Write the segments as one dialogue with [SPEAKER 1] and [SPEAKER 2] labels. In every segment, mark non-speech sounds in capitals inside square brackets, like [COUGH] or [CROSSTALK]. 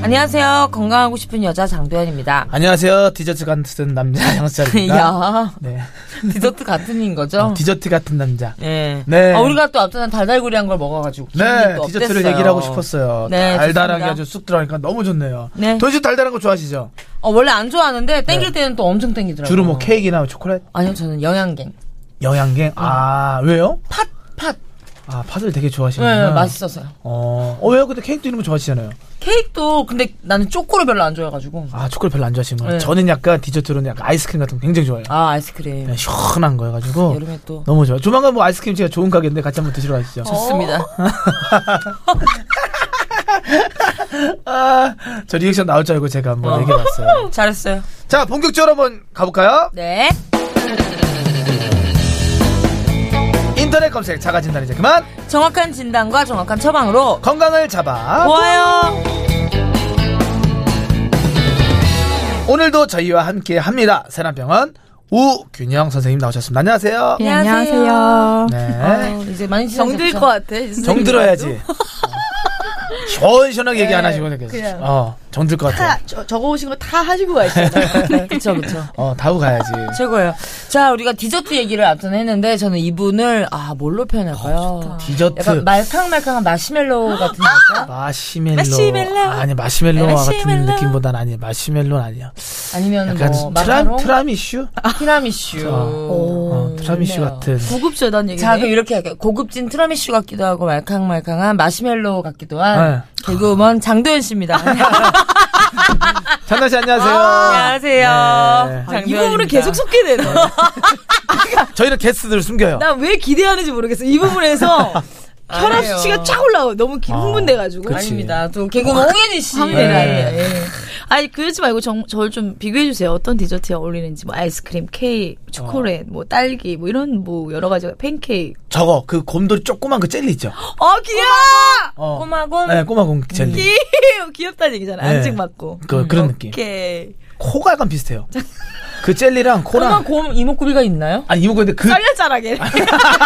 [SPEAKER 1] 안녕하세요. 건강하고 싶은 여자
[SPEAKER 2] 아,
[SPEAKER 1] 장도연입니다.
[SPEAKER 2] 안녕하세요 디저트 같은 남자 [LAUGHS] 양세찬입니다
[SPEAKER 1] 야 어.
[SPEAKER 2] 네
[SPEAKER 1] 디저트 같은 인 거죠?
[SPEAKER 2] 아, 디저트 같은 남자
[SPEAKER 1] 네.
[SPEAKER 2] 네.
[SPEAKER 1] 아, 우리가 또 앞서는 달달구리한 걸 먹어가지고. 기분이
[SPEAKER 2] 네
[SPEAKER 1] 또
[SPEAKER 2] 디저트를
[SPEAKER 1] 업됐어요.
[SPEAKER 2] 얘기를 하고 싶었어요
[SPEAKER 1] 네,
[SPEAKER 2] 달달하게
[SPEAKER 1] 좋습니다.
[SPEAKER 2] 아주 쑥 들어가니까 너무 좋네요
[SPEAKER 1] 네.
[SPEAKER 2] 도대체 달달한 거 좋아하시죠
[SPEAKER 1] 어, 원래 안 좋아하는데 땡길
[SPEAKER 2] 네.
[SPEAKER 1] 때는 또 엄청 땡기더라고요.
[SPEAKER 2] 주로 뭐 케이크나 초콜릿
[SPEAKER 1] 아니요, 저는 영양갱. 음.
[SPEAKER 2] 영양갱 아 왜요
[SPEAKER 1] 팥, 팥.
[SPEAKER 2] 아 팥을 되게
[SPEAKER 1] 네,
[SPEAKER 2] 좋아하시는구나
[SPEAKER 1] 맛있어서요.
[SPEAKER 2] 어, 어 왜요 근데 케이크도 이런 거 좋아하시잖아요
[SPEAKER 1] 케이크도 근데 나는 초코를 별로 안 좋아해가지고.
[SPEAKER 2] 아 초콜릿 별로 안 좋아하시는구나
[SPEAKER 1] 네.
[SPEAKER 2] 저는 약간 디저트로는 약간 아이스크림 같은 거 굉장히 좋아해요
[SPEAKER 1] 아, 아이스크림.
[SPEAKER 2] 그냥 시원한 거여 가지고
[SPEAKER 1] 여름에 또.
[SPEAKER 2] 너무 좋아요. 조만간 뭐 아이스크림 제가 좋은 가게인데 같이 한번 드시러 가시죠.
[SPEAKER 1] 좋습니다.
[SPEAKER 2] 어. 아, 저 리액션 나올 줄 알고 제가 한번
[SPEAKER 1] [LAUGHS]
[SPEAKER 2] 얘기해봤어요.
[SPEAKER 1] [LAUGHS] 잘했어요.
[SPEAKER 2] 자, 본격적으로 한번 가볼까요?
[SPEAKER 1] 네.
[SPEAKER 2] 인터넷 검색 자가진단 이제 그만!
[SPEAKER 1] 정확한 진단과 정확한 처방으로
[SPEAKER 2] 건강을 잡아!
[SPEAKER 1] 좋아요.
[SPEAKER 2] 오늘도 저희와 함께 합니다. 세란병원 우균영 선생님 나오셨습니다. 안녕하세요.
[SPEAKER 3] 예,
[SPEAKER 1] 네, 안녕하세요.
[SPEAKER 3] 안녕하세요.
[SPEAKER 2] 네.
[SPEAKER 1] 이제 많이
[SPEAKER 3] 정들 것 같아.
[SPEAKER 2] 정들어야지. 시원시원하게 얘기 안 하시고 이렇게.
[SPEAKER 3] 그냥.
[SPEAKER 2] 어, 정들 것 같아요.
[SPEAKER 3] 다, 저, 적어 오신 거 다 하시고 [LAUGHS] 가시잖아요.
[SPEAKER 1] 네, 그쵸, 그쵸.
[SPEAKER 2] 어, 다우 가야지.
[SPEAKER 1] 최고예요. 자, 우리가 디저트 얘기를 앞선 했는데 저는 이분을 아 뭘로 표현할까요?
[SPEAKER 2] 디저트.
[SPEAKER 1] 아, 약간 말캉말캉한 마시멜로우 같은 거죠?
[SPEAKER 2] 마시멜로.
[SPEAKER 1] 마시멜로.
[SPEAKER 2] 아니, 마시멜로와 같은
[SPEAKER 1] 마시멜로.
[SPEAKER 2] 느낌보단 아니에요. 마시멜로는 아니야.
[SPEAKER 1] 아니면
[SPEAKER 2] 약간
[SPEAKER 1] 뭐
[SPEAKER 2] 트람,
[SPEAKER 1] 마카롱,
[SPEAKER 2] 트라미슈? 아,
[SPEAKER 1] 티라미슈, 음,
[SPEAKER 2] 어, 트라미슈
[SPEAKER 1] 좋네요.
[SPEAKER 2] 같은.
[SPEAKER 3] 고급져단 얘기네.
[SPEAKER 1] 자, 그럼 이렇게 할게요. 고급진 트라미슈 같기도 하고 말캉말캉한 마시멜로우 같기도 한
[SPEAKER 2] 네.
[SPEAKER 1] 개그우먼 장도연 씨입니다.
[SPEAKER 2] 장나 씨 아, 안녕하세요.
[SPEAKER 1] 아, 안녕하세요.
[SPEAKER 2] 네. 아,
[SPEAKER 3] 아, 이 부분을 계속 속게 되네. [LAUGHS]
[SPEAKER 2] 저희는 게스트들을 숨겨요.
[SPEAKER 3] 난 왜 기대하는지 모르겠어.
[SPEAKER 2] [LAUGHS]
[SPEAKER 3] 이 부분에서 혈압
[SPEAKER 1] 아니에요.
[SPEAKER 3] 수치가 쫙 올라와. 너무 기-
[SPEAKER 2] 아,
[SPEAKER 3] 흥분돼가지고.
[SPEAKER 2] 그치.
[SPEAKER 1] 아닙니다. 또 개그우먼 홍현희 씨.
[SPEAKER 3] 황민아.
[SPEAKER 1] 네. 네.
[SPEAKER 3] 아니 그러지 말고 정, 저를 좀 비교해 주세요. 어떤 디저트에 어울리는지 뭐 아이스크림, 케이크,
[SPEAKER 2] 어.
[SPEAKER 3] 초콜릿, 뭐 딸기, 뭐 이런 뭐 여러 가지가 팬케이크.
[SPEAKER 2] 저거 그 곰돌이 조그만 그 젤리 있죠.
[SPEAKER 3] 어 귀여워.
[SPEAKER 2] 어.
[SPEAKER 1] [GASPS] 꼬마곰.
[SPEAKER 2] 네, 꼬마곰 젤리.
[SPEAKER 3] 귀여워. [LAUGHS] 귀엽다는 얘기잖아.
[SPEAKER 2] 네.
[SPEAKER 3] 안증
[SPEAKER 1] 음.
[SPEAKER 3] 맞고.
[SPEAKER 2] 그 그런 느낌.
[SPEAKER 3] 오케이.
[SPEAKER 2] 코가 약간 비슷해요. 그 젤리랑 코랑
[SPEAKER 1] 꼬마곰 이목구비가 있나요?
[SPEAKER 2] 아니 이거 근데 그
[SPEAKER 3] 썰렸잖아
[SPEAKER 2] [LAUGHS]
[SPEAKER 3] 걔네.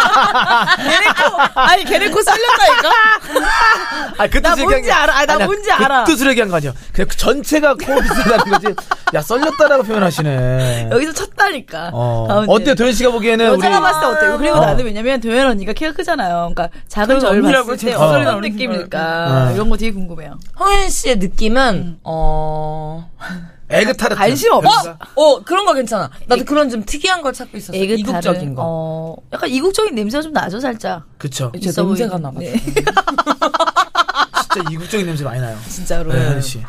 [SPEAKER 3] 걔네 코 아니 걔네 코 썰렸다니까.
[SPEAKER 2] 어. 아니, 그
[SPEAKER 3] 나
[SPEAKER 2] 뜻을
[SPEAKER 3] 뭔지
[SPEAKER 2] 얘기한 게-
[SPEAKER 3] 알아. 아니, 나
[SPEAKER 2] 아니야,
[SPEAKER 3] 뭔지 알아.
[SPEAKER 2] 그 뜻으로 얘기한 거 아니야. 그냥 그 전체가 코가 비슷하다는 거지. 야 썰렸다라고 표현하시네.
[SPEAKER 3] 여기서 쳤다니까.
[SPEAKER 2] 어.
[SPEAKER 3] 가운데.
[SPEAKER 2] 어때 도현 씨가 보기에는 우리
[SPEAKER 3] 여자가 봤을 때 어때요? 그리고
[SPEAKER 2] 어.
[SPEAKER 3] 나는 왜냐면 도현 언니가 키가 크잖아요. 그러니까 작은
[SPEAKER 1] 그건
[SPEAKER 3] 저를
[SPEAKER 1] 언니라고
[SPEAKER 3] 봤을 때
[SPEAKER 1] 했지.
[SPEAKER 2] 어.
[SPEAKER 3] 어떤 느낌일까? 음.
[SPEAKER 2] 어.
[SPEAKER 3] 이런 거 되게 궁금해요.
[SPEAKER 1] 홍현 씨의 느낌은
[SPEAKER 3] 음.
[SPEAKER 1] 어.
[SPEAKER 2] 에그타르트 그러니까.
[SPEAKER 3] 관심
[SPEAKER 1] 어,
[SPEAKER 3] 없어.
[SPEAKER 1] 어 그런 거 괜찮아. 나도 그런 좀 특이한 걸 찾고 있었어. 이국적인 거.
[SPEAKER 3] 어, 약간 이국적인 냄새가 좀 나죠, 살짝.
[SPEAKER 2] 그쵸.
[SPEAKER 1] 이제
[SPEAKER 3] 있어
[SPEAKER 1] 냄새가
[SPEAKER 3] 보이는.
[SPEAKER 1] 나가지고.
[SPEAKER 3] 네, 어?
[SPEAKER 2] 진짜 이국적인 냄새 많이 나요.
[SPEAKER 3] 진짜로.
[SPEAKER 2] 네, 현 씨.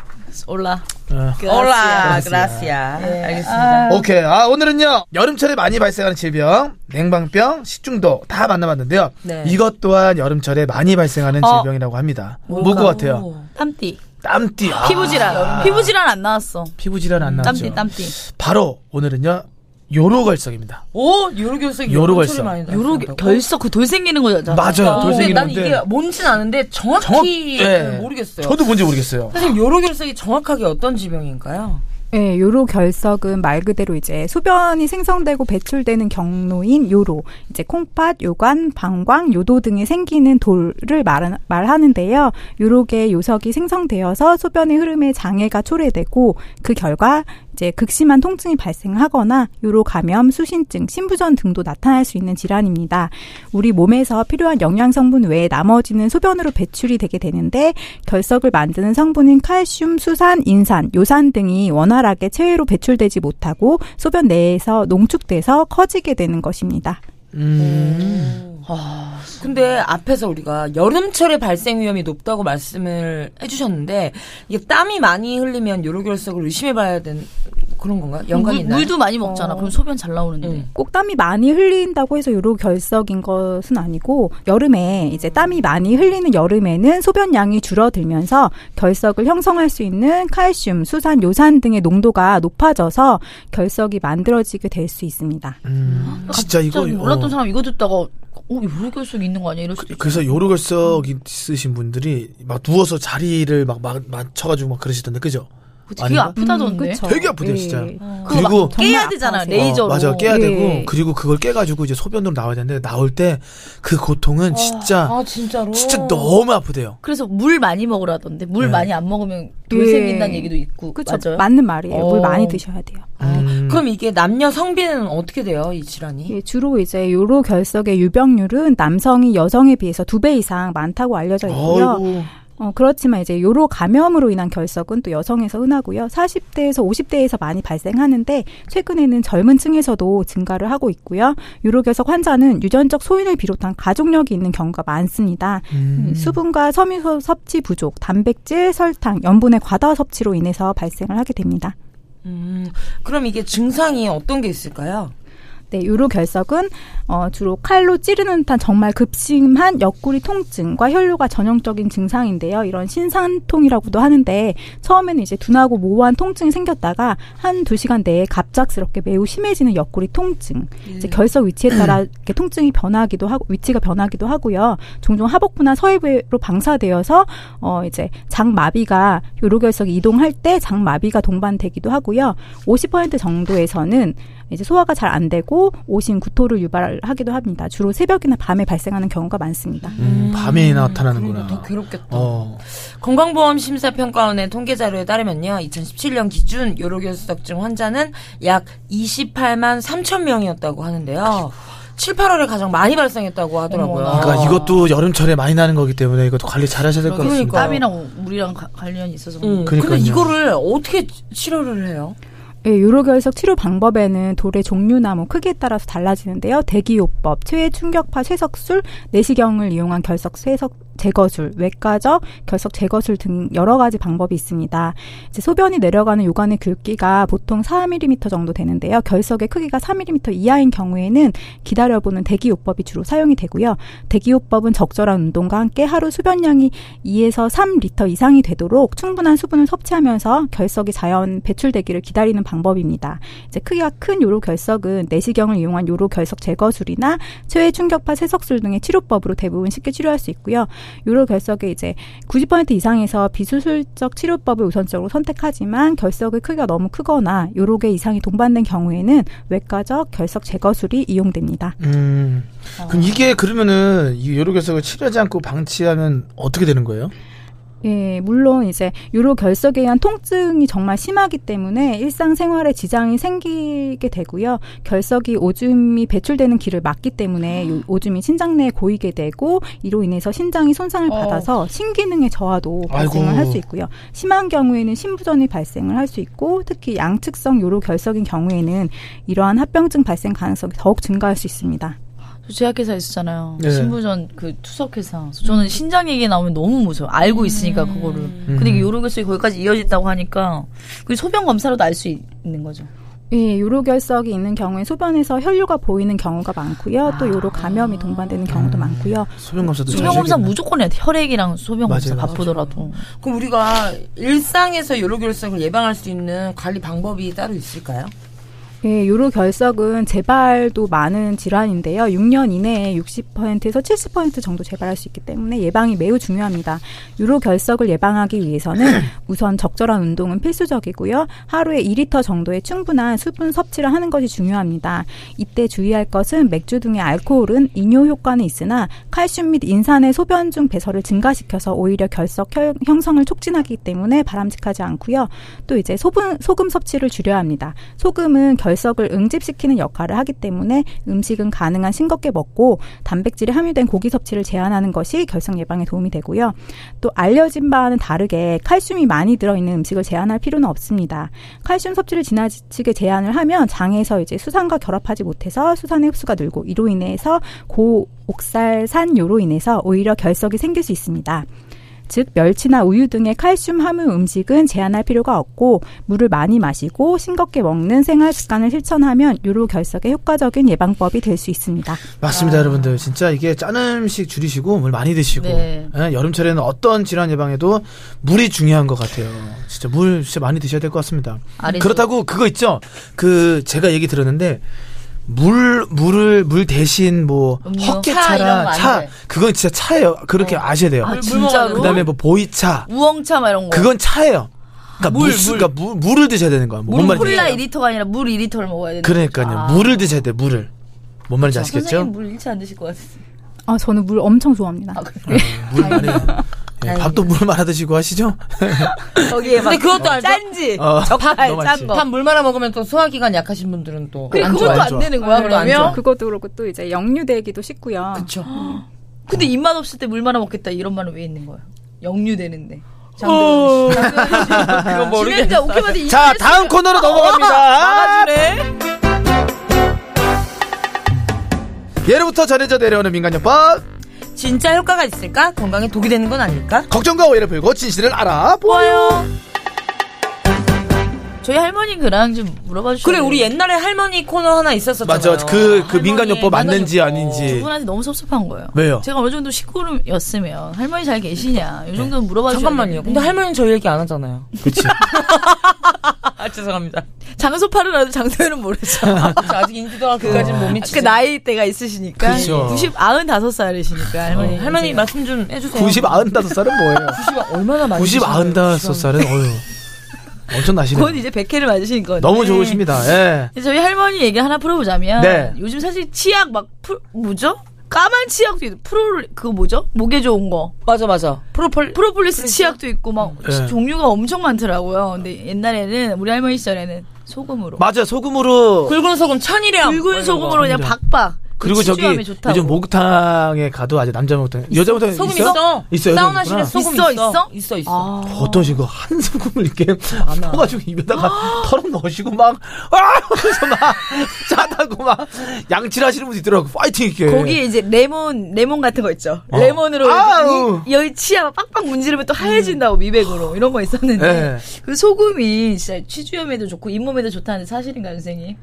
[SPEAKER 3] 올라.
[SPEAKER 2] 어.
[SPEAKER 1] [LAUGHS]
[SPEAKER 3] 네.
[SPEAKER 1] 올라,
[SPEAKER 2] 그라시아.
[SPEAKER 1] 그라시아.
[SPEAKER 3] 알겠습니다.
[SPEAKER 2] 오케이. 아, 오늘은요. 여름철에 많이 발생하는 질병, 냉방병, 식중독 다 만나봤는데요.
[SPEAKER 1] 네.
[SPEAKER 2] 이것 또한 여름철에 많이 발생하는
[SPEAKER 3] 어.
[SPEAKER 2] 질병이라고 합니다. 뭘 뭐, 것 같아요?
[SPEAKER 3] 땀띠.
[SPEAKER 2] 땀띠. 아,
[SPEAKER 3] 피부질환. 피부질환 안 나왔어.
[SPEAKER 2] 피부질환 안 나왔죠.
[SPEAKER 3] 땀띠, 땀띠.
[SPEAKER 2] 바로 오늘은요. 요로결석입니다.
[SPEAKER 1] 오, 요로결석.
[SPEAKER 2] 요로결석.
[SPEAKER 3] 요로 결석 그 돌 생기는 거잖아.
[SPEAKER 2] 맞아요. 돌
[SPEAKER 1] 어, 근데
[SPEAKER 2] 생기는
[SPEAKER 1] 난
[SPEAKER 2] 건데.
[SPEAKER 1] 이게 뭔진 아는데 정확히
[SPEAKER 2] 예.
[SPEAKER 1] 모르겠어요.
[SPEAKER 2] 저도 뭔지 모르겠어요.
[SPEAKER 1] 선생님, 요로결석이 정확하게 어떤 질병인가요?
[SPEAKER 4] 네, 요로 결석은 말 그대로 이제 소변이 생성되고 배출되는 경로인 요로, 이제 콩팥, 요관, 방광, 요도 등에 생기는 돌을 말, 말하는데요. 요로계 요석이 생성되어서 소변의 흐름에 장애가 초래되고 그 결과 이제 극심한 통증이 발생하거나 요로 감염, 수신증, 신부전 등도 나타날 수 있는 질환입니다. 우리 몸에서 필요한 영양 성분 외에 나머지는 소변으로 배출이 되게 되는데 결석을 만드는 성분인 칼슘, 수산, 인산, 요산 등이 원활하게 체외로 배출되지 못하고 소변 내에서 농축돼서 커지게 되는 것입니다.
[SPEAKER 2] 음.
[SPEAKER 1] 근데 앞에서 우리가 여름철에 발생 위험이 높다고 말씀을 해주셨는데 이게 땀이 많이 흘리면 요로결석을 의심해봐야 된다고 그런 건가? 연관이 있나요?
[SPEAKER 3] 물, 도 많이 먹잖아.
[SPEAKER 4] 어.
[SPEAKER 3] 그럼 소변 잘 나오는데.
[SPEAKER 1] 음.
[SPEAKER 4] 꼭땀이 많이 흘린다고 해서 요로 결석인 것은 아니고 여름에 이제 땀이 많이 흘리는 여름에는 소변량이 줄어들면서 결석을 형성할 수 있는 칼슘, 수산, 요산 등의 농도가 높아져서 결석이 만들어지게 될 수 있습니다.
[SPEAKER 2] 음, 진짜 이거
[SPEAKER 3] 진짜 그러니까 몰랐던
[SPEAKER 2] 어.
[SPEAKER 3] 사람 이거 듣다가 어 요리결석 있는 거 아니야? 이럴 수도
[SPEAKER 2] 그-
[SPEAKER 3] 있
[SPEAKER 2] 그래서 요르결석 있으신 분들이 막 누워서 자리를 막, 막 맞춰가지고 막 그러시던데 그죠?
[SPEAKER 3] 되게
[SPEAKER 2] 아닌가?
[SPEAKER 3] 아프다던데.
[SPEAKER 4] 그쵸.
[SPEAKER 2] 되게 아프대요,
[SPEAKER 4] 예.
[SPEAKER 2] 진짜.
[SPEAKER 3] 그거 막
[SPEAKER 2] 그리고-
[SPEAKER 3] 깨야
[SPEAKER 4] 정말
[SPEAKER 3] 되잖아.
[SPEAKER 4] 아파하세요.
[SPEAKER 3] 레이저로.
[SPEAKER 2] 어, 맞아 깨야
[SPEAKER 4] 예.
[SPEAKER 2] 되고 그리고 그걸 깨가지고 이제 소변으로 나와야 되는데 나올 때 그 고통은 진짜
[SPEAKER 1] 아 진짜로.
[SPEAKER 2] 진짜 너무 아프대요.
[SPEAKER 3] 그래서 물 많이 먹으라던데. 물
[SPEAKER 2] 네.
[SPEAKER 3] 많이 안 먹으면 돌
[SPEAKER 4] 예.
[SPEAKER 3] 생긴다는 얘기도 있고.
[SPEAKER 4] 그쵸?
[SPEAKER 3] 어, 맞아요.
[SPEAKER 4] 맞는 말이에요.
[SPEAKER 3] 어.
[SPEAKER 4] 물 많이 드셔야 돼요.
[SPEAKER 2] 음.
[SPEAKER 1] 아, 그럼 이게 남녀 성비는 어떻게 돼요 이 질환이?
[SPEAKER 4] 예, 주로 이제 요로 결석의 유병률은 남성이 여성에 비해서 두 배 이상 많다고 알려져 있고요.
[SPEAKER 2] 어이구.
[SPEAKER 1] 음.
[SPEAKER 4] 어, 그렇지만 이제 요로 감염으로 인한 결석은 또 여성에서 흔하고요. 40대에서 50대에서 많이 발생하는데 최근에는 젊은 층에서도 증가를 하고 있고요. 요로 결석 환자는 유전적 소인을 비롯한 가족력이 있는 경우가 많습니다.
[SPEAKER 2] 음.
[SPEAKER 4] 수분과 섬유소 섭취 부족, 단백질, 설탕, 염분의 과다 섭취로 인해서 발생을 하게 됩니다.
[SPEAKER 1] 음, 그럼 이게 증상이 어떤 게 있을까요?
[SPEAKER 4] 네, 요로 결석은 어, 주로 칼로 찌르는 듯한 정말 급심한 옆구리 통증과 혈뇨가 전형적인 증상인데요. 이런 신산통이라고도 하는데 처음에는 이제 둔하고 모호한 통증이 생겼다가 한 두 시간 내에 갑작스럽게 매우 심해지는 옆구리 통증. 이제 결석 위치에 따라 이렇게 통증이 변하기도 하고 위치가 변하기도 하고요. 종종 하복부나 서해부로 방사되어서 어 이제 장마비가 요로 결석이 이동할 때 장마비가 동반되기도 하고요. 50% 정도에서는 이제 소화가 잘 안 되고 오심 구토를 유발하기도 합니다. 주로 새벽이나 밤에 발생하는 경우가 많습니다.
[SPEAKER 2] 음, 밤에
[SPEAKER 1] 그러니까
[SPEAKER 2] 나타나는구나.
[SPEAKER 1] 더 괴롭겠다.
[SPEAKER 2] 어.
[SPEAKER 1] 건강보험심사평가원의 통계 자료에 따르면요, 2017년 기준 요로결석증 환자는 약 28만 3천 명이었다고 하는데요. 7, 8월에 가장 많이 발생했다고 하더라고요.
[SPEAKER 3] 어머나.
[SPEAKER 2] 그러니까 이것도 여름철에 많이 나는 거기 때문에 이것도 관리 잘 하셔야 될 것
[SPEAKER 1] 그러니까.
[SPEAKER 2] 같습니다.
[SPEAKER 3] 땀이랑 오- 물이랑 가- 관련이 있어서.
[SPEAKER 1] 음,
[SPEAKER 2] 그러니까요.
[SPEAKER 1] 근데 이거를 어떻게 치- 치료를 해요?
[SPEAKER 4] 예, 요로결석 치료 방법에는 돌의 종류나 뭐 크기에 따라서 달라지는데요. 대기요법, 최애 충격파 쇠석술, 내시경을 이용한 결석 쇠석 제거술, 외과적 결석 제거술 등 여러 가지 방법이 있습니다. 이제 소변이 내려가는 요관의 굵기가 보통 4mm 정도 되는데요. 결석의 크기가 4mm 이하인 경우에는 기다려보는 대기요법이 주로 사용이 되고요. 대기요법은 적절한 운동과 함께 하루 수변량이 2에서 3리터 이상이 되도록 충분한 수분을 섭취하면서 결석이 자연 배출되기를 기다리는 방법입니다. 이제 크기가 큰 요로 결석은 내시경을 이용한 요로 결석 제거술이나 최외 충격파 세석술 등의 치료법으로 대부분 쉽게 치료할 수 있고요. 요로 결석의 이제 90% 이상에서 비수술적 치료법을 우선적으로 선택하지만 결석의 크기가 너무 크거나 요로계 이상이 동반된 경우에는 외과적 결석 제거술이 이용됩니다.
[SPEAKER 2] 음.
[SPEAKER 3] 어.
[SPEAKER 2] 그럼 이게 그러면은 이 요로 결석을 치료하지 않고 방치하면 어떻게 되는 거예요?
[SPEAKER 4] 예, 물론 이제 요로 결석에 의한 통증이 정말 심하기 때문에 일상생활에 지장이 생기게 되고요. 결석이 오줌이 배출되는 길을 막기
[SPEAKER 2] 아.
[SPEAKER 4] 때문에 요- 오줌이 신장 내에 고이게 되고 이로 인해서 신장이 손상을
[SPEAKER 3] 어.
[SPEAKER 4] 받아서 신기능의 저하도 발생을
[SPEAKER 2] 아이고.
[SPEAKER 4] 할 수 있고요. 심한 경우에는 신부전이 발생을 할 수 있고 특히 양측성 요로 결석인 경우에는 이러한 합병증 발생 가능성이 더욱 증가할 수 있습니다.
[SPEAKER 3] 저 제약회사 있었잖아요.
[SPEAKER 2] 네.
[SPEAKER 3] 신부전 그 투석회사.
[SPEAKER 2] 음.
[SPEAKER 3] 저는 신장 얘기 나오면 너무 무서워. 알고 있으니까 그거를. 근데 이게 요로결석이 거기까지 이어진다고 하니까 그 소변 검사로도 알 수 있는
[SPEAKER 2] 네,
[SPEAKER 3] 거죠.
[SPEAKER 4] 예, 요로 결석이 있는 경우에 소변에서 혈뇨가 보이는 경우가 많고요. 또 요로 감염이 동반되는 경우도 많고요.
[SPEAKER 2] 소변 검사도 잘
[SPEAKER 3] 소변 검사
[SPEAKER 2] 해야겠네.
[SPEAKER 3] 무조건 해야 돼. 혈액이랑 소변 검사
[SPEAKER 2] 맞아요. 음.
[SPEAKER 3] 바쁘더라도.
[SPEAKER 1] 그럼 우리가 일상에서 요로결석을 예방할 수 있는 관리 방법이 따로 있을까요?
[SPEAKER 4] 예, 요로 결석은 재발도 많은 질환인데요. 6년 이내에 60%에서 70% 정도 재발할 수 있기 때문에 예방이 매우 중요합니다. 요로 결석을 예방하기 위해서는 우선 적절한 운동은 필수적이고요. 하루에 2리터 정도의 충분한 수분 섭취를 하는 것이 중요합니다. 이때 주의할 것은 맥주 등의 알코올은 이뇨 효과는 있으나 칼슘 및 인산의 소변 중 배설을 증가시켜서 오히려 결석 혈- 형성을 촉진하기 때문에 바람직하지 않고요. 또 이제 소분, 소금 섭취를 줄여야 합니다. 소금은 결석을 응집시키는 역할을 하기 때문에 음식은 가능한 싱겁게 먹고 단백질이 함유된 고기 섭취를 제한하는 것이 결석 예방에 도움이 되고요. 또 알려진 바와는 다르게 칼슘이 많이 들어있는 음식을 제한할 필요는 없습니다. 칼슘 섭취를 지나치게 제한을 하면 장에서 이제 수산과 결합하지 못해서 수산의 흡수가 늘고 이로 인해서 고옥살산요로 인해서 오히려 결석이 생길 수 있습니다. 즉 멸치나 우유 등의 칼슘 함유 음식은 제한할 필요가 없고 물을 많이 마시고 싱겁게 먹는 생활 습관을 실천하면 요로 결석의 효과적인 예방법이 될 수 있습니다.
[SPEAKER 3] 아.
[SPEAKER 2] 맞습니다, 여러분들. 진짜 이게 짠 음식 줄이시고 물 많이 드시고
[SPEAKER 3] 네.
[SPEAKER 2] 예, 여름철에는 어떤 질환 예방에도 물이 중요한 것 같아요. 진짜 물 진짜 많이 드셔야 될 것 같습니다.
[SPEAKER 3] 아래쪽.
[SPEAKER 2] 그렇다고 그거 있죠. 그 제가 얘기 들었는데 물 물을 물 대신 뭐
[SPEAKER 3] 음료? 차 이런
[SPEAKER 2] 헛개차나
[SPEAKER 3] 거안
[SPEAKER 2] 차
[SPEAKER 3] 돼.
[SPEAKER 2] 그건 진짜 차예요. 그렇게 아셔야 돼요.
[SPEAKER 3] 아, 진짜로?
[SPEAKER 2] 그다음에 뭐 보이차
[SPEAKER 3] 우엉차 막 이런 거.
[SPEAKER 2] 그건 차예요. 그러니까 물,
[SPEAKER 3] 어. 물,
[SPEAKER 2] 물, 그러니까 물, 물을 드셔야 되는 거야. 뭐,
[SPEAKER 3] 물
[SPEAKER 2] 뭔 말인지
[SPEAKER 3] 콜라
[SPEAKER 2] 알죠?
[SPEAKER 3] 2리터가 아니라 물 2리터를 먹어야 되는
[SPEAKER 2] 그러니까요.
[SPEAKER 3] 아.
[SPEAKER 2] 물을 드셔야 돼. 물을. 뭔 말인지
[SPEAKER 3] 거죠.
[SPEAKER 2] 아시겠죠?
[SPEAKER 3] 선생님 물 1차 안 드실 것 같아요.
[SPEAKER 4] 아, 저는 물 엄청 좋아합니다.
[SPEAKER 2] 물 많이. 예, 밥도 물 말아 드시고 하시죠?
[SPEAKER 3] 거기에
[SPEAKER 1] 근데 그것도 알죠?
[SPEAKER 3] 짠지.
[SPEAKER 2] 어,
[SPEAKER 3] [LAUGHS] 젓갈
[SPEAKER 2] 너무 맛있지.
[SPEAKER 3] 짠 거.
[SPEAKER 1] 밥물 말아 먹으면 또 소화기관 약하신 분들은 또.
[SPEAKER 3] 뭐. 그리고
[SPEAKER 1] 안
[SPEAKER 3] 그것도
[SPEAKER 2] 좋아, 안
[SPEAKER 1] 좋아해요.
[SPEAKER 3] 안 되는 거야,
[SPEAKER 1] 그것도 안
[SPEAKER 3] 어, 그러면?
[SPEAKER 1] 좋아.
[SPEAKER 4] 그것도 그렇고 또 이제 역류되기도 쉽고요.
[SPEAKER 1] 그쵸.
[SPEAKER 3] 근데 입맛 없을 때 물 말아 먹겠다 이런 말은 왜 있는 거예요? 역류되는데. 아, 장도연 씨.
[SPEAKER 1] 그거
[SPEAKER 3] 진행자 오케바디 이
[SPEAKER 2] 자, 다음 코너로 넘어갑니다.
[SPEAKER 3] 막아주네.
[SPEAKER 2] 네. 예로부터 전해져 내려오는 민간요법.
[SPEAKER 1] [LAUGHS] 진짜 효과가 있을까? 건강에 독이 되는 건 아닐까?
[SPEAKER 2] 걱정과 오해를 풀고 진실을 알아.
[SPEAKER 1] 좋아요.
[SPEAKER 3] 뭐 저희 할머니 그랑 좀 물어봐 주세요.
[SPEAKER 1] 그래 우리 옛날에 할머니 코너 하나 있었었잖아요.
[SPEAKER 2] 맞아. 그, 그
[SPEAKER 1] 할머니의
[SPEAKER 2] 민간요법 맞는지
[SPEAKER 1] 민간요법.
[SPEAKER 3] 두
[SPEAKER 2] 아닌지.
[SPEAKER 3] 분한테 너무 섭섭한 거예요.
[SPEAKER 2] 왜요?
[SPEAKER 3] 제가 어느 정도 식구름이었으면 할머니 잘 계시냐 이 정도는 물어봐 주세요.
[SPEAKER 1] 잠깐만요. 근데 할머니는 저희 얘기 안 하잖아요.
[SPEAKER 2] 그치.
[SPEAKER 1] [LAUGHS] 아 죄송합니다. [LAUGHS]
[SPEAKER 3] 장소파를라도 장소연은 모르죠.
[SPEAKER 1] 저 아직 인지도가 그까지는 못
[SPEAKER 3] 그
[SPEAKER 1] 미치죠.
[SPEAKER 3] 나이 때가 있으시니까
[SPEAKER 2] 그죠.
[SPEAKER 3] 90, 95살이시니까 할머니
[SPEAKER 1] 할머니
[SPEAKER 3] 계세요.
[SPEAKER 1] 말씀 좀 해주세요.
[SPEAKER 2] 90, 95살은 뭐예요?
[SPEAKER 1] 90 얼마나 많이
[SPEAKER 2] 90,
[SPEAKER 1] 드시는 거예요, 지금?
[SPEAKER 2] 95살은, 어휴.
[SPEAKER 3] 곧 네.
[SPEAKER 2] 엄청나시네.
[SPEAKER 3] 이제 100회를 맞으신 건데
[SPEAKER 2] 너무 좋으십니다. 예.
[SPEAKER 3] 저희 할머니 얘기 하나 풀어보자면
[SPEAKER 2] 네.
[SPEAKER 3] 요즘 사실 치약 막 풀, 뭐죠? 까만 치약도 있고 프로 그거 뭐죠? 목에 좋은 거
[SPEAKER 1] 맞아 맞아. 프로폴
[SPEAKER 3] 프로폴리스 치약도 있고 막
[SPEAKER 2] 네.
[SPEAKER 3] 종류가 엄청 많더라고요. 근데 옛날에는 우리 할머니 시절에는 소금으로
[SPEAKER 2] 맞아요. 소금으로.
[SPEAKER 1] 굵은 소금 천일염.
[SPEAKER 3] 굵은 소금으로 그냥
[SPEAKER 2] 소금이랑.
[SPEAKER 3] 박박
[SPEAKER 2] 그리고 저기
[SPEAKER 3] 치주하면 좋다고.
[SPEAKER 2] 요즘 목욕탕에 가도 아직 남자 목욕탕 여자 목욕탕
[SPEAKER 1] 소금
[SPEAKER 2] 있어?
[SPEAKER 1] 있어?
[SPEAKER 2] 있어요.
[SPEAKER 1] 사우나실에
[SPEAKER 2] 여자 목욕탕?
[SPEAKER 1] 소금
[SPEAKER 3] 있어,
[SPEAKER 1] 아, 있어?
[SPEAKER 3] 있어?
[SPEAKER 1] 있어 있어.
[SPEAKER 3] 아.
[SPEAKER 2] 어떤 식으로 한 소금을 이렇게
[SPEAKER 1] 많아.
[SPEAKER 2] 퍼가지고 입에다가 털어 넣으시고 막, 아! 하면서 막, [LAUGHS] 짜다고 막, 양치하시는 분도 있더라고. 파이팅 있게. 예.
[SPEAKER 3] 거기에 이제 레몬 레몬 같은 거 있죠.
[SPEAKER 2] 네. 어.
[SPEAKER 3] 레몬으로
[SPEAKER 2] 아우.
[SPEAKER 3] 이- 여기 치아 빡빡 문지르면 또 하얘진다고 미백으로 이런 거 있었는데
[SPEAKER 2] 네.
[SPEAKER 3] 그 소금이 진짜 치주염에도 좋고 잇몸에도 좋다는데 사실인가요, 선생님?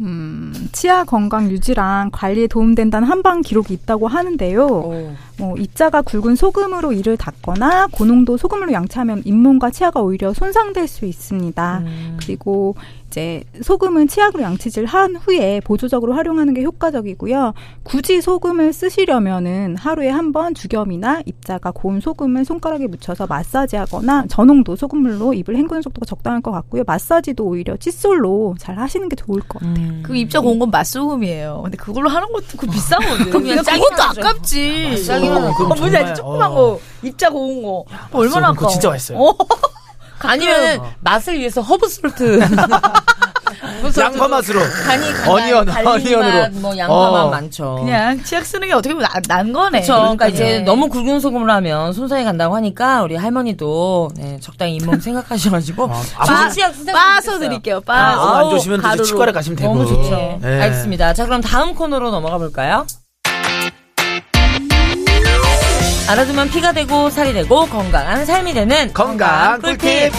[SPEAKER 4] 음, 치아 건강 유지랑 관리에 도움된다는 한방 기록이 있다고 하는데요.
[SPEAKER 1] 오.
[SPEAKER 4] 뭐 입자가 굵은 소금으로 이를 닦거나 고농도 소금으로 양치하면 잇몸과 치아가 오히려 손상될 수 있습니다. 그리고 이제 소금은 치약으로 양치질 한 후에 보조적으로 활용하는 게 효과적이고요. 굳이 소금을 쓰시려면은 하루에 한 번 주겸이나 입자가 고운 소금을 손가락에 묻혀서 마사지하거나 전홍도 소금물로 입을 헹구는 속도가 적당할 것 같고요. 마사지도 오히려 칫솔로 잘 하시는 게 좋을 것 같아요.
[SPEAKER 3] 그 입자 고운 건 맛소금이에요. 근데 그걸로 하는 것도 그 비싸거든.
[SPEAKER 1] 그럼 그냥
[SPEAKER 3] 그냥 그것도
[SPEAKER 1] 짜기만 하죠.
[SPEAKER 3] 아깝지.
[SPEAKER 2] 맛소금은
[SPEAKER 3] 어,
[SPEAKER 2] 그럼
[SPEAKER 3] 뭔지 알지?
[SPEAKER 2] 정말,
[SPEAKER 3] 조그만
[SPEAKER 2] 어.
[SPEAKER 3] 거 입자 고운 거 어, 얼마나
[SPEAKER 2] 맛소금 그거
[SPEAKER 3] 아까워.
[SPEAKER 2] 진짜 맛있어요.
[SPEAKER 3] 어,
[SPEAKER 1] 아니면 맛을 위해서 허브 [LAUGHS] 솔트.
[SPEAKER 2] 양파 맛으로.
[SPEAKER 1] 간이
[SPEAKER 2] [LAUGHS] 어니언, 어니언으로.
[SPEAKER 1] 아, 뭐 양파 맛
[SPEAKER 2] 어.
[SPEAKER 1] 많죠.
[SPEAKER 3] 그냥 치약 쓰는 게 어떻게 보면 나- 난 거네.
[SPEAKER 1] 그렇죠. 그러니까 이제
[SPEAKER 3] 네.
[SPEAKER 1] 너무 굵은 소금을 하면 손상이 간다고 하니까 우리 할머니도 네, 적당히 잇몸 생각하셔가지고
[SPEAKER 3] 빠-
[SPEAKER 1] 치약 쓰세요.
[SPEAKER 3] 빠서 드릴게요.
[SPEAKER 2] 아,
[SPEAKER 3] 빠서.
[SPEAKER 2] 너무 안 좋으시면
[SPEAKER 3] 가루로.
[SPEAKER 2] 이제 치과를 가시면 되고.
[SPEAKER 1] 너무 좋죠.
[SPEAKER 2] 예.
[SPEAKER 1] 알겠습니다. 자 그럼 다음 코너로 넘어가 볼까요? 알아두면 피가 되고 살이 되고 건강한 삶이 되는
[SPEAKER 2] 건강 꿀팁.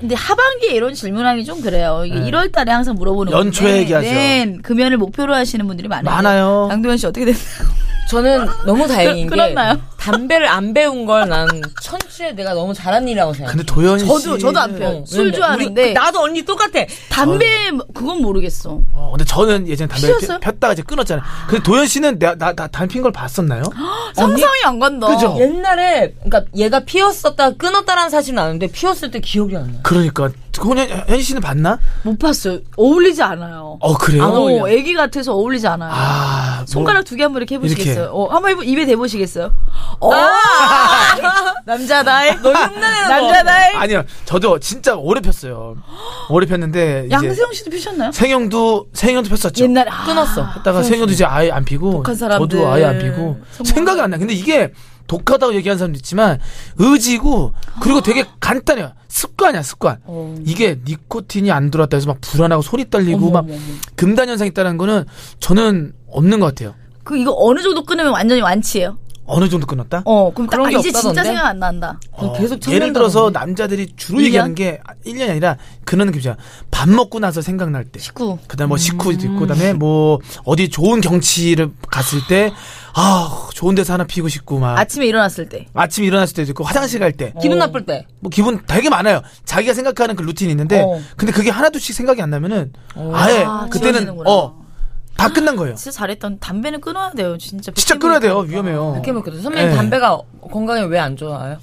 [SPEAKER 3] 근데 하반기에 이런 질문하기 좀 그래요. 이게 1월 달에 항상 물어보는
[SPEAKER 2] 네. 연초에
[SPEAKER 3] 건데,
[SPEAKER 2] 얘기하죠.
[SPEAKER 3] 네, 금연을 목표로 하시는 분들이 많아요. 네.
[SPEAKER 2] 많아요.
[SPEAKER 3] 강도현 씨 어떻게 됐나요?
[SPEAKER 1] 저는 너무 다행인
[SPEAKER 3] 그-
[SPEAKER 1] 게
[SPEAKER 3] 그렇나요?
[SPEAKER 1] 담배를 안 배운 걸 난 천추에 내가 너무 잘한 일이라고 생각해.
[SPEAKER 2] 근데 도현 씨.
[SPEAKER 3] 저도 저도 안 펴요. 술 좋아하는데
[SPEAKER 1] 나도 언니 똑같아.
[SPEAKER 3] 담배 뭐, 그건 모르겠어.
[SPEAKER 2] 어, 근데 저는 예전에 담배
[SPEAKER 3] 피웠어요?
[SPEAKER 2] 폈다가 이제 끊었잖아요. 근데 도현 씨는 나, 나, 나 담배 핀걸 봤었나요?
[SPEAKER 3] 상상이 안 간다.
[SPEAKER 2] 그죠?
[SPEAKER 1] 옛날에 그러니까 얘가 피웠었다 끊었다라는 사실은 아는데 피웠을 때 기억이 안 나.
[SPEAKER 2] 그러니까. 현현 현희 씨는 봤나?
[SPEAKER 3] 못 봤어요. 어울리지 않아요.
[SPEAKER 2] 어, 그래요?
[SPEAKER 3] 어, 애기 같아서 어울리지 않아요.
[SPEAKER 2] 아, 뭐-
[SPEAKER 3] 손가락 두 개 한번 이렇게 해보시겠어요?
[SPEAKER 2] 이렇게.
[SPEAKER 3] 어, 한번 해보- 입에 대보시겠어요? 어! [LAUGHS] 남자다이.
[SPEAKER 2] 어,
[SPEAKER 3] 너 흉내내는 남자다이.
[SPEAKER 2] 아니요. 저도 진짜 오래 폈어요. 오래 폈는데. 이제
[SPEAKER 3] 양세형 씨도 피셨나요?
[SPEAKER 2] 생형도 생형도 폈었죠.
[SPEAKER 3] 옛날에 아,
[SPEAKER 1] 끊었어.
[SPEAKER 2] 다가 생형도 이제 아예 안 피고
[SPEAKER 3] 독한 사람들.
[SPEAKER 2] 저도 아예 안 피고
[SPEAKER 3] 정말.
[SPEAKER 2] 생각이 안 나. 근데 이게 독하다고 얘기하는 사람도 있지만 의지고 그리고 되게 간단해요. 습관이야 습관.
[SPEAKER 3] 어.
[SPEAKER 2] 이게 니코틴이 안 들어왔다 해서 막 불안하고 소리 떨리고 막 금단 현상 있다는 거는 저는 없는 것 같아요.
[SPEAKER 3] 그 이거 어느 정도 끊으면 완전히 완치예요?
[SPEAKER 2] 어느 정도 끊었다?
[SPEAKER 3] 어, 그럼 딱
[SPEAKER 1] 그런
[SPEAKER 3] 아,
[SPEAKER 1] 게
[SPEAKER 3] 이제 진짜
[SPEAKER 1] 없다던데?
[SPEAKER 3] 생각 안 난다.
[SPEAKER 1] 어, 계속
[SPEAKER 2] 예를
[SPEAKER 1] 참는다던데.
[SPEAKER 2] 들어서 남자들이 주로
[SPEAKER 3] 일 년?
[SPEAKER 2] 얘기하는 게 1년이 아니라 그는 그냥 밥 먹고 나서 생각날 때.
[SPEAKER 3] 식구.
[SPEAKER 2] 그다음 뭐 식후도 있고 그다음에 뭐 어디 좋은 경치를 갔을 때 아 좋은 데서 하나 피고 싶고 막
[SPEAKER 3] 아침에 일어났을 때.
[SPEAKER 2] 아침 에 일어났을 때도 있고 화장실 갈 때 뭐
[SPEAKER 1] 기분 나쁠 때.
[SPEAKER 2] 기분 되게 많아요 자기가 생각하는 그 루틴이 있는데
[SPEAKER 3] 어.
[SPEAKER 2] 근데 그게 하나둘씩 생각이 안 나면은 아예
[SPEAKER 3] 아,
[SPEAKER 2] 그때는
[SPEAKER 3] 지워지는구나. 아,
[SPEAKER 2] 어 다 끝난 거예요
[SPEAKER 3] 진짜 잘했던 담배는 끊어야 돼요. 진짜.
[SPEAKER 2] 진짜
[SPEAKER 3] 백해물
[SPEAKER 2] 끊어야 돼요
[SPEAKER 3] 끊으니까.
[SPEAKER 2] 위험해요
[SPEAKER 1] 이렇게 먹거든. 선배님
[SPEAKER 2] 네.
[SPEAKER 1] 담배가 건강에 왜 안 좋아요?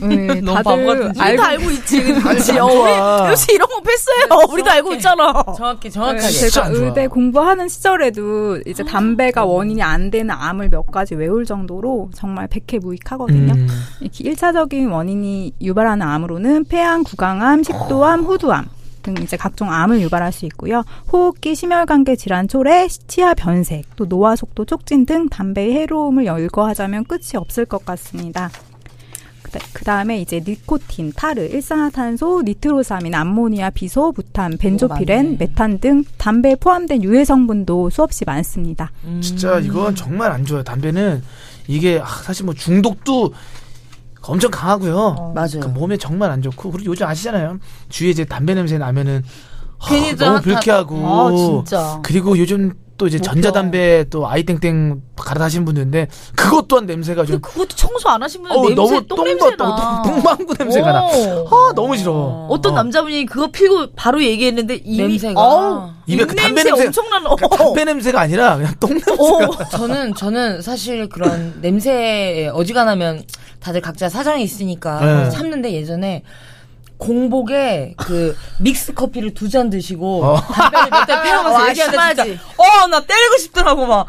[SPEAKER 4] 네,
[SPEAKER 1] 너무 바보
[SPEAKER 4] 다들
[SPEAKER 1] 같은데.
[SPEAKER 3] 우리도
[SPEAKER 4] 알고
[SPEAKER 3] 알고 있지. 그렇지.
[SPEAKER 2] 안
[SPEAKER 3] 어,
[SPEAKER 2] 좋아.
[SPEAKER 3] 우리 역시 이런 거 패스해요. 우리도 알고 있잖아.
[SPEAKER 1] 정확히
[SPEAKER 4] 네,
[SPEAKER 1] 정확하게.
[SPEAKER 2] 진짜
[SPEAKER 4] 제가
[SPEAKER 2] 안 좋아.
[SPEAKER 4] 의대 공부하는 시절에도 이제
[SPEAKER 3] 아.
[SPEAKER 4] 담배가 원인이 안 되는 암을 몇 가지 외울 정도로 정말 백해무익하거든요.
[SPEAKER 2] 음.
[SPEAKER 4] 이렇게 1차적인 원인이 유발하는 암으로는 폐암, 구강암, 식도암, 호두암 등 이제 각종 암을 유발할 수 있고요. 호흡기, 심혈관계 질환, 초래, 치아 변색, 또 노화 속도 촉진 등 담배의 해로움을 열거하자면 끝이 없을 것 같습니다. 그 다음에 이제 니코틴, 타르, 일산화탄소, 니트로사민, 암모니아, 비소, 부탄,
[SPEAKER 1] 많네.
[SPEAKER 4] 벤조피렌, 메탄 등 담배에 포함된 유해 성분도 수없이 많습니다.
[SPEAKER 2] 진짜 이건 정말 안 좋아요 담배는 이게 아, 사실 뭐 중독도 엄청 강하고요
[SPEAKER 1] 맞아요.
[SPEAKER 2] 그러니까 몸에 정말 안 좋고 그리고 요즘 아시잖아요 주위에 이제 담배 냄새 나면은 하,
[SPEAKER 1] 괜히 다-
[SPEAKER 2] 너무
[SPEAKER 1] 다-
[SPEAKER 3] 아,
[SPEAKER 2] 불쾌하고
[SPEAKER 3] 진짜.
[SPEAKER 2] 그리고 요즘 또 이제
[SPEAKER 3] 목표.
[SPEAKER 2] 전자담배 또 아이땡땡 갈아 타신 분들인데 그것 또한 냄새가
[SPEAKER 3] 근데
[SPEAKER 2] 좀
[SPEAKER 3] 그것도 청소 안 하신 분은
[SPEAKER 2] 어우,
[SPEAKER 3] 냄새,
[SPEAKER 2] 너무
[SPEAKER 3] 똥
[SPEAKER 2] 똥도
[SPEAKER 3] 냄새
[SPEAKER 2] 똥-
[SPEAKER 3] 나.
[SPEAKER 2] 똥- 똥망구 냄새가 나.
[SPEAKER 3] 오.
[SPEAKER 2] 아 너무 싫어.
[SPEAKER 3] 어떤
[SPEAKER 2] 어.
[SPEAKER 3] 남자분이 그거 피고 바로 얘기했는데 이미
[SPEAKER 1] 냄새가.
[SPEAKER 3] 어우,
[SPEAKER 2] 입에 그 담배
[SPEAKER 3] 냄새
[SPEAKER 2] 냄새-
[SPEAKER 3] 엄청난 어.
[SPEAKER 2] 그러니까 담배 냄새가 아니라 그냥 똥
[SPEAKER 3] 어.
[SPEAKER 1] [LAUGHS] 저는 저는 사실 그런 냄새에 어지간하면 다들 각자 사정이 있으니까
[SPEAKER 2] 네.
[SPEAKER 1] 참는데 예전에 공복에 그 믹스 커피를 두 잔 드시고
[SPEAKER 2] 어.
[SPEAKER 1] 담배를 몇 대
[SPEAKER 3] 와,
[SPEAKER 1] 피우면서 얘기하는데
[SPEAKER 3] 심하지.
[SPEAKER 1] 진짜 어나 때리고 싶더라고 막막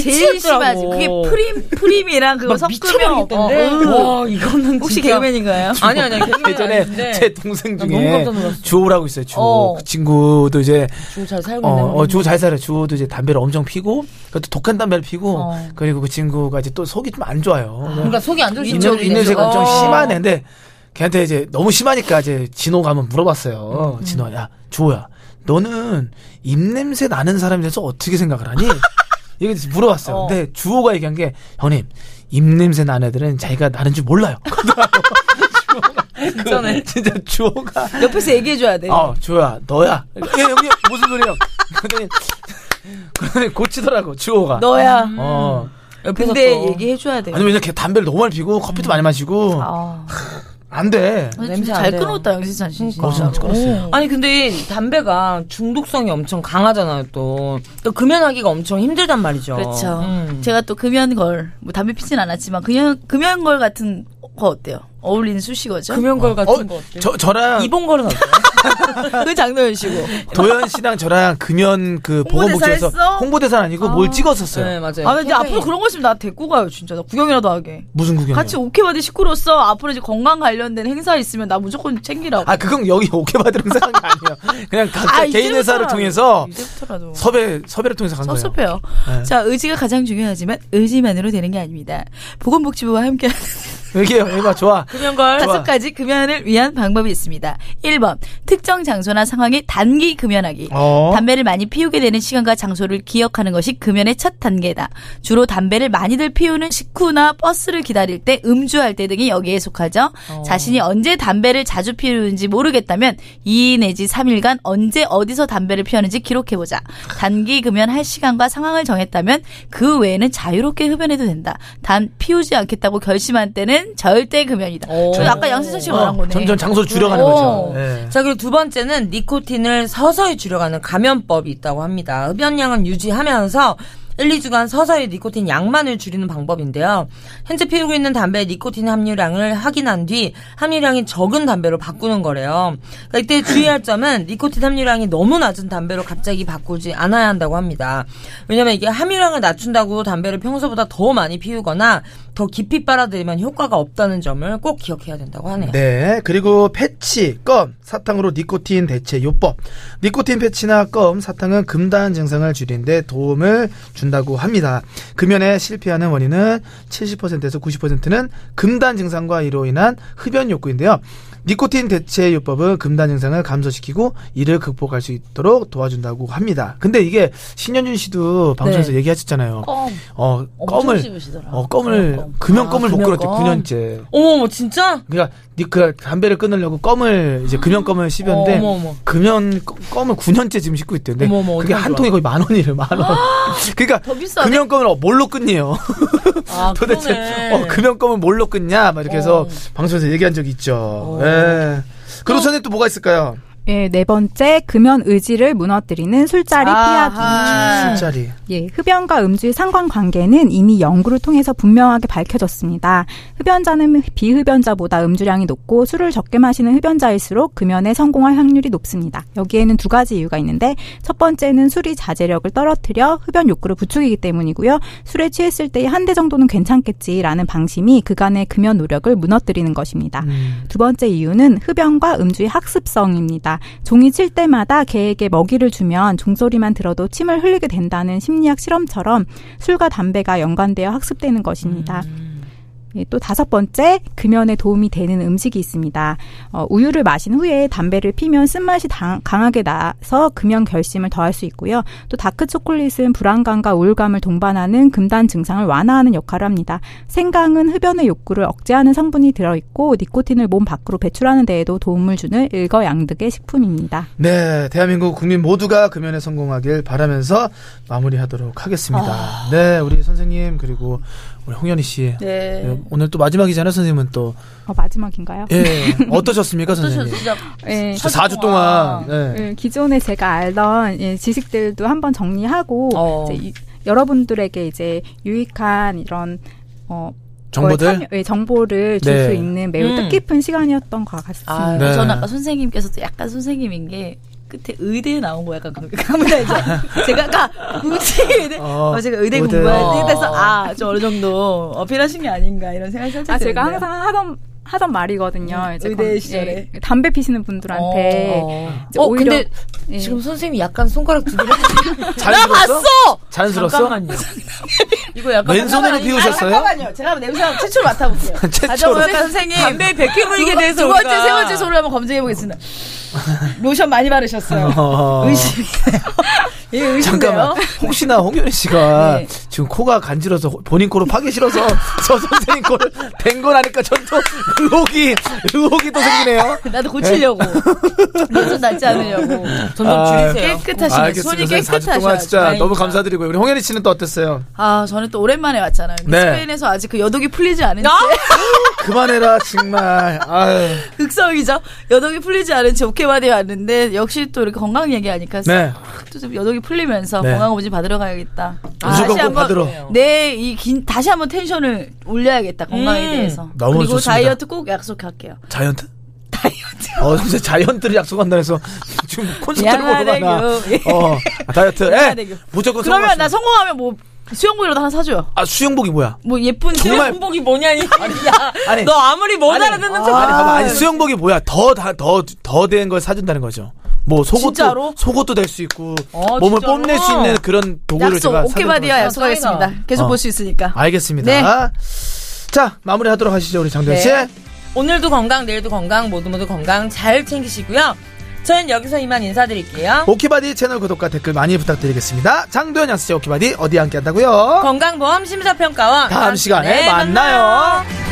[SPEAKER 3] 제일 심하지.
[SPEAKER 1] 미치겠더라고.
[SPEAKER 3] 그게 프림 프림이랑 그거
[SPEAKER 1] 막
[SPEAKER 3] 섞으면
[SPEAKER 1] 미쳐버리겠던데.
[SPEAKER 3] 어,
[SPEAKER 1] 와 이거는
[SPEAKER 3] 혹시
[SPEAKER 1] 진짜- [LAUGHS]
[SPEAKER 3] 개그맨인가요?
[SPEAKER 1] 아니 아니 개그맨
[SPEAKER 2] 예전에
[SPEAKER 1] 아닌데.
[SPEAKER 2] 제 동생
[SPEAKER 1] 나 너무
[SPEAKER 2] 중에
[SPEAKER 1] 깜짝 놀랐어.
[SPEAKER 2] 주호라고 있어요. 주호
[SPEAKER 3] 어.
[SPEAKER 2] 그 친구도 이제
[SPEAKER 1] 주호 잘 살고 네.
[SPEAKER 2] 어,
[SPEAKER 1] 있는
[SPEAKER 2] 어, 주호 잘 살아요. 주호도 이제 담배를 엄청 피고 그것도 독한 담배를 피고
[SPEAKER 3] 어.
[SPEAKER 2] 그리고 그 친구가 이제 또 속이 좀 안 좋아요.
[SPEAKER 1] 그러니까 속이 안 좋으신
[SPEAKER 2] 인연,
[SPEAKER 1] 분이네.
[SPEAKER 2] 인연세가 엄청
[SPEAKER 1] 어.
[SPEAKER 2] 심한 애인데 걔한테 이제 너무 심하니까 이제 진호가 한번 물어봤어요.
[SPEAKER 1] 음,
[SPEAKER 2] 진호야, 야, 주호야, 너는 입냄새 나는 사람에 대해서 어떻게 생각을
[SPEAKER 1] [LAUGHS]
[SPEAKER 2] 하니? 이렇게 물어봤어요.
[SPEAKER 3] 어.
[SPEAKER 2] 근데 주호가 얘기한 게 형님 입냄새 나는 애들은 자기가 나는 줄 몰라요.
[SPEAKER 1] 진짜네.
[SPEAKER 2] [LAUGHS] 진짜 주호가
[SPEAKER 3] 옆에서 얘기해줘야 돼.
[SPEAKER 2] 어, 주호야, 너야. 예, 형님, 무슨 소리예요? 그러더니, [LAUGHS] 그러더니 고치더라고, 주호가.
[SPEAKER 3] 너야.
[SPEAKER 1] 음.
[SPEAKER 3] 음,
[SPEAKER 2] 어.
[SPEAKER 1] 옆에서
[SPEAKER 3] 근데
[SPEAKER 1] 또
[SPEAKER 3] 얘기해줘야 돼.
[SPEAKER 2] 아니, 왜냐, 걔 담배를 너무 많이 피고, 커피도 많이 마시고,
[SPEAKER 3] 아,
[SPEAKER 2] 안 돼.
[SPEAKER 1] 냄새
[SPEAKER 3] 냄새
[SPEAKER 1] 안
[SPEAKER 3] 잘
[SPEAKER 1] 돼요.
[SPEAKER 3] 끊었다 영신찬 씨.
[SPEAKER 1] 그러니까.
[SPEAKER 3] 진짜.
[SPEAKER 2] 어, 진짜 끊었어요.
[SPEAKER 3] 오.
[SPEAKER 1] 아니 근데 담배가 중독성이 엄청 강하잖아요 또. 또 금연하기가 엄청 힘들단 말이죠.
[SPEAKER 3] 그렇죠.
[SPEAKER 1] 음.
[SPEAKER 3] 제가 또 금연걸 뭐 담배 피진 않았지만 그냥 금연걸 같은 거 어때요? 어울리는 수식어죠?
[SPEAKER 1] 금연걸 같은 거
[SPEAKER 2] 어,
[SPEAKER 1] 어때요? 네,
[SPEAKER 2] 저, 저랑,
[SPEAKER 1] 이봉걸은 어때요?
[SPEAKER 3] 그 장도연 씨고.
[SPEAKER 2] 도현 씨랑 저랑 금연 그 보건복지에서
[SPEAKER 3] 홍보대사 했어?
[SPEAKER 2] 홍보대사 아니고 뭘 찍었었어요.
[SPEAKER 1] 네 맞아요.
[SPEAKER 3] 아 근데
[SPEAKER 1] 굉장히-
[SPEAKER 3] 앞으로 그런 거 있으면 나 데리고 가요 진짜. 나 구경이라도 하게.
[SPEAKER 2] 무슨 구경?
[SPEAKER 3] 같이 오케바디 식구로서 앞으로 이제 건강 관련된 행사 있으면 나 무조건 챙기라고.
[SPEAKER 2] 아, 그건 여기 오케바드로 생각한 게 아니에요. 그냥 각자
[SPEAKER 3] 아,
[SPEAKER 2] 개인 회사를
[SPEAKER 3] 이제부터라도.
[SPEAKER 2] 통해서
[SPEAKER 3] 이제부터라도.
[SPEAKER 2] 섭외, 섭외를 통해서 간 거예요.
[SPEAKER 3] 섭섭해요.
[SPEAKER 2] 네.
[SPEAKER 3] 자, 의지가 가장 중요하지만 의지만으로 되는 게 아닙니다. 보건복지부와 함께
[SPEAKER 2] 얘기해요. 얘가 좋아.
[SPEAKER 1] 금연걸.
[SPEAKER 2] 좋아.
[SPEAKER 3] 다섯 가지 금연을 위한 방법이 있습니다. 1번 특정 장소나 상황에 단기 금연하기.
[SPEAKER 2] 어.
[SPEAKER 3] 담배를 많이 피우게 되는 시간과 장소를 기억하는 것이 금연의 첫 단계다. 주로 담배를 많이들 피우는 식후나 버스를 기다릴 때, 음주할 때 등이 여기에 속하죠.
[SPEAKER 2] 어.
[SPEAKER 3] 자신이 언제 담배를 자주 피우는지 모르겠다면 2일 내지 3일간 언제 어디서 담배를 피우는지 기록해보자. 단기 금연할 시간과 상황을 정했다면 그 외에는 자유롭게 흡연해도 된다. 단 피우지 않겠다고 결심한 때는 절대 금연이다.
[SPEAKER 1] 오.
[SPEAKER 3] 저 아까 양세찬 씨가 말한
[SPEAKER 2] 어,
[SPEAKER 3] 거네.
[SPEAKER 2] 점점 장소를 줄여가는 거죠.
[SPEAKER 1] 어.
[SPEAKER 2] 네.
[SPEAKER 1] 자, 그리고 두 번째는 니코틴을 서서히 줄여가는 감염법이 있다고 합니다. 흡연량은 유지하면서 1, 2주간 서서히 니코틴 양만을 줄이는 방법인데요. 현재 피우고 있는 담배의 니코틴 함유량을 확인한 뒤 함유량이 적은 담배로 바꾸는 거래요. 그러니까 이때 주의할 점은 니코틴 함유량이 너무 낮은 담배로 갑자기 바꾸지 않아야 한다고 합니다. 왜냐면 이게 함유량을 낮춘다고 담배를 평소보다 더 많이 피우거나 더 깊이 빨아들이면 효과가 없다는 점을 꼭 기억해야 된다고 하네요.
[SPEAKER 2] 네. 그리고 패치, 껌, 사탕으로 니코틴 대체 요법. 니코틴 패치나 껌, 사탕은 금단 증상을 줄이는데 도움을 준다고 합니다. 금연에 실패하는 원인은 70%에서 90%는 금단 증상과 이로 인한 흡연 욕구인데요. 니코틴 대체 요법은 금단 증상을 감소시키고 이를 극복할 수 있도록 도와준다고 합니다. 근데 이게 신현준 씨도 방송에서 얘기하셨잖아요.
[SPEAKER 5] 껌
[SPEAKER 2] 어,
[SPEAKER 5] 엄청
[SPEAKER 2] 껌을
[SPEAKER 5] 씹으시더라.
[SPEAKER 2] 어, 껌을
[SPEAKER 5] 껌.
[SPEAKER 2] 금연
[SPEAKER 1] 아,
[SPEAKER 2] 껌을 못
[SPEAKER 1] 금연
[SPEAKER 2] 끊었대
[SPEAKER 1] 껌.
[SPEAKER 2] 9년째.
[SPEAKER 1] 어머
[SPEAKER 2] [LAUGHS]
[SPEAKER 1] 어머 진짜?
[SPEAKER 2] 그러니까 니그 담배를 끊으려고 껌을 이제 금연 껌을 씹었는데
[SPEAKER 1] 어머 어머.
[SPEAKER 2] 금연 껌- 껌을 9년째 지금 씹고 있대요. 근데
[SPEAKER 1] 어머, 어머,
[SPEAKER 2] 그게
[SPEAKER 1] 어떡하면
[SPEAKER 2] 한
[SPEAKER 1] 좋아.
[SPEAKER 2] 통이 거의 만 원이래 만 원. [LAUGHS] 그러니까
[SPEAKER 5] 더 비싸네.
[SPEAKER 2] 금연 껌을 뭘로 끊니요?
[SPEAKER 5] 아,
[SPEAKER 2] [LAUGHS] 도대체
[SPEAKER 5] 그러네.
[SPEAKER 2] 어, 금연 껌을 뭘로 끊냐? 막 이렇게 해서
[SPEAKER 5] 어.
[SPEAKER 2] 방송에서 얘기한 적이 있죠. 예. 그리고 선생님 또 뭐가 있을까요?
[SPEAKER 4] 예, 네 번째 금연 의지를 무너뜨리는 술자리
[SPEAKER 5] 아하.
[SPEAKER 4] 피하기.
[SPEAKER 2] 술자리.
[SPEAKER 4] 예, 흡연과 음주의 상관관계는 이미 연구를 통해서 분명하게 밝혀졌습니다. 흡연자는 비흡연자보다 음주량이 높고 술을 적게 마시는 흡연자일수록 금연에 성공할 확률이 높습니다. 여기에는 두 가지 이유가 있는데 첫 번째는 술이 자제력을 떨어뜨려 흡연 욕구를 부추기기 때문이고요. 술에 취했을 때의 한 대 정도는 괜찮겠지라는 방심이 그간의 금연 노력을 무너뜨리는 것입니다. 두 번째 이유는 흡연과 음주의 학습성입니다. 종이 칠 때마다 개에게 먹이를 주면 종소리만 들어도 침을 흘리게 된다는 심리학 실험처럼 술과 담배가 연관되어 학습되는 것입니다. 예, 또 다섯 번째 금연에 도움이 되는 음식이 있습니다. 어, 우유를 마신 후에 담배를 피면 쓴맛이 당- 강하게 나서 금연 결심을 더할 수 있고요. 또 다크 초콜릿은 불안감과 우울감을 동반하는 금단 증상을 완화하는 역할을 합니다. 생강은 흡연의 욕구를 억제하는 성분이 들어있고 니코틴을 몸 밖으로 배출하는 데에도 도움을 주는 일거양득의 식품입니다.
[SPEAKER 2] 네, 대한민국 국민 모두가 금연에 성공하길 바라면서 마무리하도록 하겠습니다. 네, 우리 선생님 그리고 우리 홍현희 씨. 네,
[SPEAKER 5] 네.
[SPEAKER 2] 오늘 또 마지막이잖아요, 선생님은 또.
[SPEAKER 4] 어, 마지막인가요?
[SPEAKER 2] 예. 어떠셨습니까,
[SPEAKER 5] 네. 어떠셨어요? 네,
[SPEAKER 2] 선생님?
[SPEAKER 5] 진짜
[SPEAKER 4] 예.
[SPEAKER 2] 진짜 4주 동안.
[SPEAKER 1] 네.
[SPEAKER 5] 네.
[SPEAKER 2] 예.
[SPEAKER 4] 예, 기존에 제가 알던 예, 지식들도 한번 정리하고
[SPEAKER 1] 어.
[SPEAKER 4] 이제 이- 여러분들에게 이제 유익한 이런 어, 거에
[SPEAKER 2] 정보들.
[SPEAKER 4] 참여- 예, 정보를 줄
[SPEAKER 2] 네.
[SPEAKER 4] 수 있는 매우
[SPEAKER 1] 음.
[SPEAKER 4] 뜻깊은 시간이었던 것 같습니다.
[SPEAKER 1] 아,
[SPEAKER 2] 네.
[SPEAKER 3] 저는 아까 선생님께서도 약간 선생님인 게 끝에 의대에 나온 거 약간 감문해죠
[SPEAKER 5] [LAUGHS]
[SPEAKER 3] 제가 아까 음치 의대
[SPEAKER 2] 어,
[SPEAKER 3] 어, 제가 의대
[SPEAKER 2] 의대.
[SPEAKER 3] 공부할 때 돼서 아, 저 어느 정도 어필하신 게 아닌가 이런 생각이 살짝
[SPEAKER 4] 아, 제가
[SPEAKER 3] 드는데요.
[SPEAKER 4] 항상 하던 하던 말이거든요. 이제
[SPEAKER 3] 음, 의대
[SPEAKER 4] 건- 예,
[SPEAKER 3] 시절에.
[SPEAKER 4] 담배 피시는 분들한테 이제
[SPEAKER 1] 어,
[SPEAKER 4] 오히려-
[SPEAKER 1] 근데
[SPEAKER 4] 예.
[SPEAKER 1] 지금 선생님이 약간 손가락 두 개를
[SPEAKER 2] 자연스러웠어? 자연스러웠어? [LAUGHS]
[SPEAKER 1] 잠깐만요.
[SPEAKER 5] 이거 약간
[SPEAKER 2] 왼손으로 피우셨어요?
[SPEAKER 5] 잠깐만요. 제가 한번 냄새 한번 최초로 맡아볼게요.
[SPEAKER 2] [LAUGHS] 최초로.
[SPEAKER 5] 가져오세요.
[SPEAKER 1] 선생님 담배 백회
[SPEAKER 5] 두,
[SPEAKER 1] 물게
[SPEAKER 5] 번-
[SPEAKER 1] 돼서
[SPEAKER 5] 두 번째,
[SPEAKER 1] 우리가-
[SPEAKER 5] 세 번째 소를 한번 검증해 보겠습니다. 로션 많이 바르셨어요. [LAUGHS]
[SPEAKER 2] 어.
[SPEAKER 5] 의심. 예, 의심돼요.
[SPEAKER 2] 잠깐만. 혹시나 홍윤희 씨가
[SPEAKER 5] 네.
[SPEAKER 2] 지금 코가 간지러서 본인 코로 파기 싫어서 [LAUGHS] 저 선생님 코를 댄 거라니까 전또 의혹이, 의혹이 또 생기네요.
[SPEAKER 3] 어,
[SPEAKER 5] 나도 [LAUGHS] 고치려고. 로션 낫지 않으려고.
[SPEAKER 1] 점점
[SPEAKER 2] 아,
[SPEAKER 1] 줄이세요.
[SPEAKER 5] 네. 깨끗하시네. 손이
[SPEAKER 2] 선생님, 4주 동안
[SPEAKER 5] 깨끗하셔.
[SPEAKER 2] 진짜 너무 감사드리고요. 우리 홍현희 씨는 또 어땠어요?
[SPEAKER 3] 아, 저는 또 오랜만에 왔잖아요. 근데
[SPEAKER 2] 네.
[SPEAKER 3] 스페인에서 아직 그 여독이 풀리지 않은 채
[SPEAKER 2] 그만해라, 정말. 아유.
[SPEAKER 3] [LAUGHS] 극성이죠. 여독이 풀리지 않은 채 오케바디에 왔는데 역시 또 이렇게 건강 얘기하니까
[SPEAKER 2] 네.
[SPEAKER 3] 또좀 여독이 풀리면서
[SPEAKER 2] 네. 아,
[SPEAKER 3] 건강검진 받으러 가야겠다.
[SPEAKER 2] 무조건 꼭 받으러.
[SPEAKER 3] 내이긴 다시 한번 텐션을 올려야겠다 건강에
[SPEAKER 1] 음.
[SPEAKER 3] 대해서.
[SPEAKER 2] 너무
[SPEAKER 3] 그리고
[SPEAKER 2] 좋습니다.
[SPEAKER 3] 다이어트 꼭 약속할게요.
[SPEAKER 2] [LAUGHS] 자이언트? 다이어트. 어, 진짜 자이언트를 약속한다 해서 [LAUGHS] 지금 콘서트를 보러 가나.
[SPEAKER 3] 양아대교. 예.
[SPEAKER 2] 어, 다이어트. 예.
[SPEAKER 3] 양아대교.
[SPEAKER 2] 무조건
[SPEAKER 3] [LAUGHS] 그러면
[SPEAKER 2] 성공하시네.
[SPEAKER 3] 나 성공하면 뭐 수영복이라도 하나 사줘요.
[SPEAKER 2] 아, 수영복이 뭐야?
[SPEAKER 3] 뭐 예쁜
[SPEAKER 2] 정말
[SPEAKER 1] 복이 뭐냐니? 야,
[SPEAKER 2] 아니.
[SPEAKER 1] 너 아무리 뭐 뭘
[SPEAKER 2] 아니,
[SPEAKER 1] 알아듣는 척
[SPEAKER 2] 아니, 봐봐. 아니, 수영복이 뭐야? 더, 다, 더, 더 된 걸 사준다는 거죠. 뭐, 속옷도,
[SPEAKER 3] 진짜로?
[SPEAKER 2] 속옷도 될 수 있고,
[SPEAKER 1] 어,
[SPEAKER 2] 몸을
[SPEAKER 1] 진짜로?
[SPEAKER 2] 뽐낼 수 있는 그런 도구를 제가 사준다고
[SPEAKER 3] 약속 오케바디와
[SPEAKER 2] 했어요.
[SPEAKER 3] 약속하겠습니다. 계속
[SPEAKER 2] 어.
[SPEAKER 3] 볼 수 있으니까.
[SPEAKER 2] 알겠습니다. 자, 마무리 하도록 하시죠, 우리 장도현 씨.
[SPEAKER 1] 네. 오늘도 건강, 내일도 건강, 모두 모두 건강 잘 챙기시고요. 저는 여기서 이만 인사드릴게요.
[SPEAKER 2] 오키바디 채널 구독과 댓글 많이 부탁드리겠습니다. 장도현 양수씨 오키바디 어디 함께 한다고요?
[SPEAKER 1] 건강보험 심사평가원 아, 네,
[SPEAKER 2] 다음 시간에 만나요.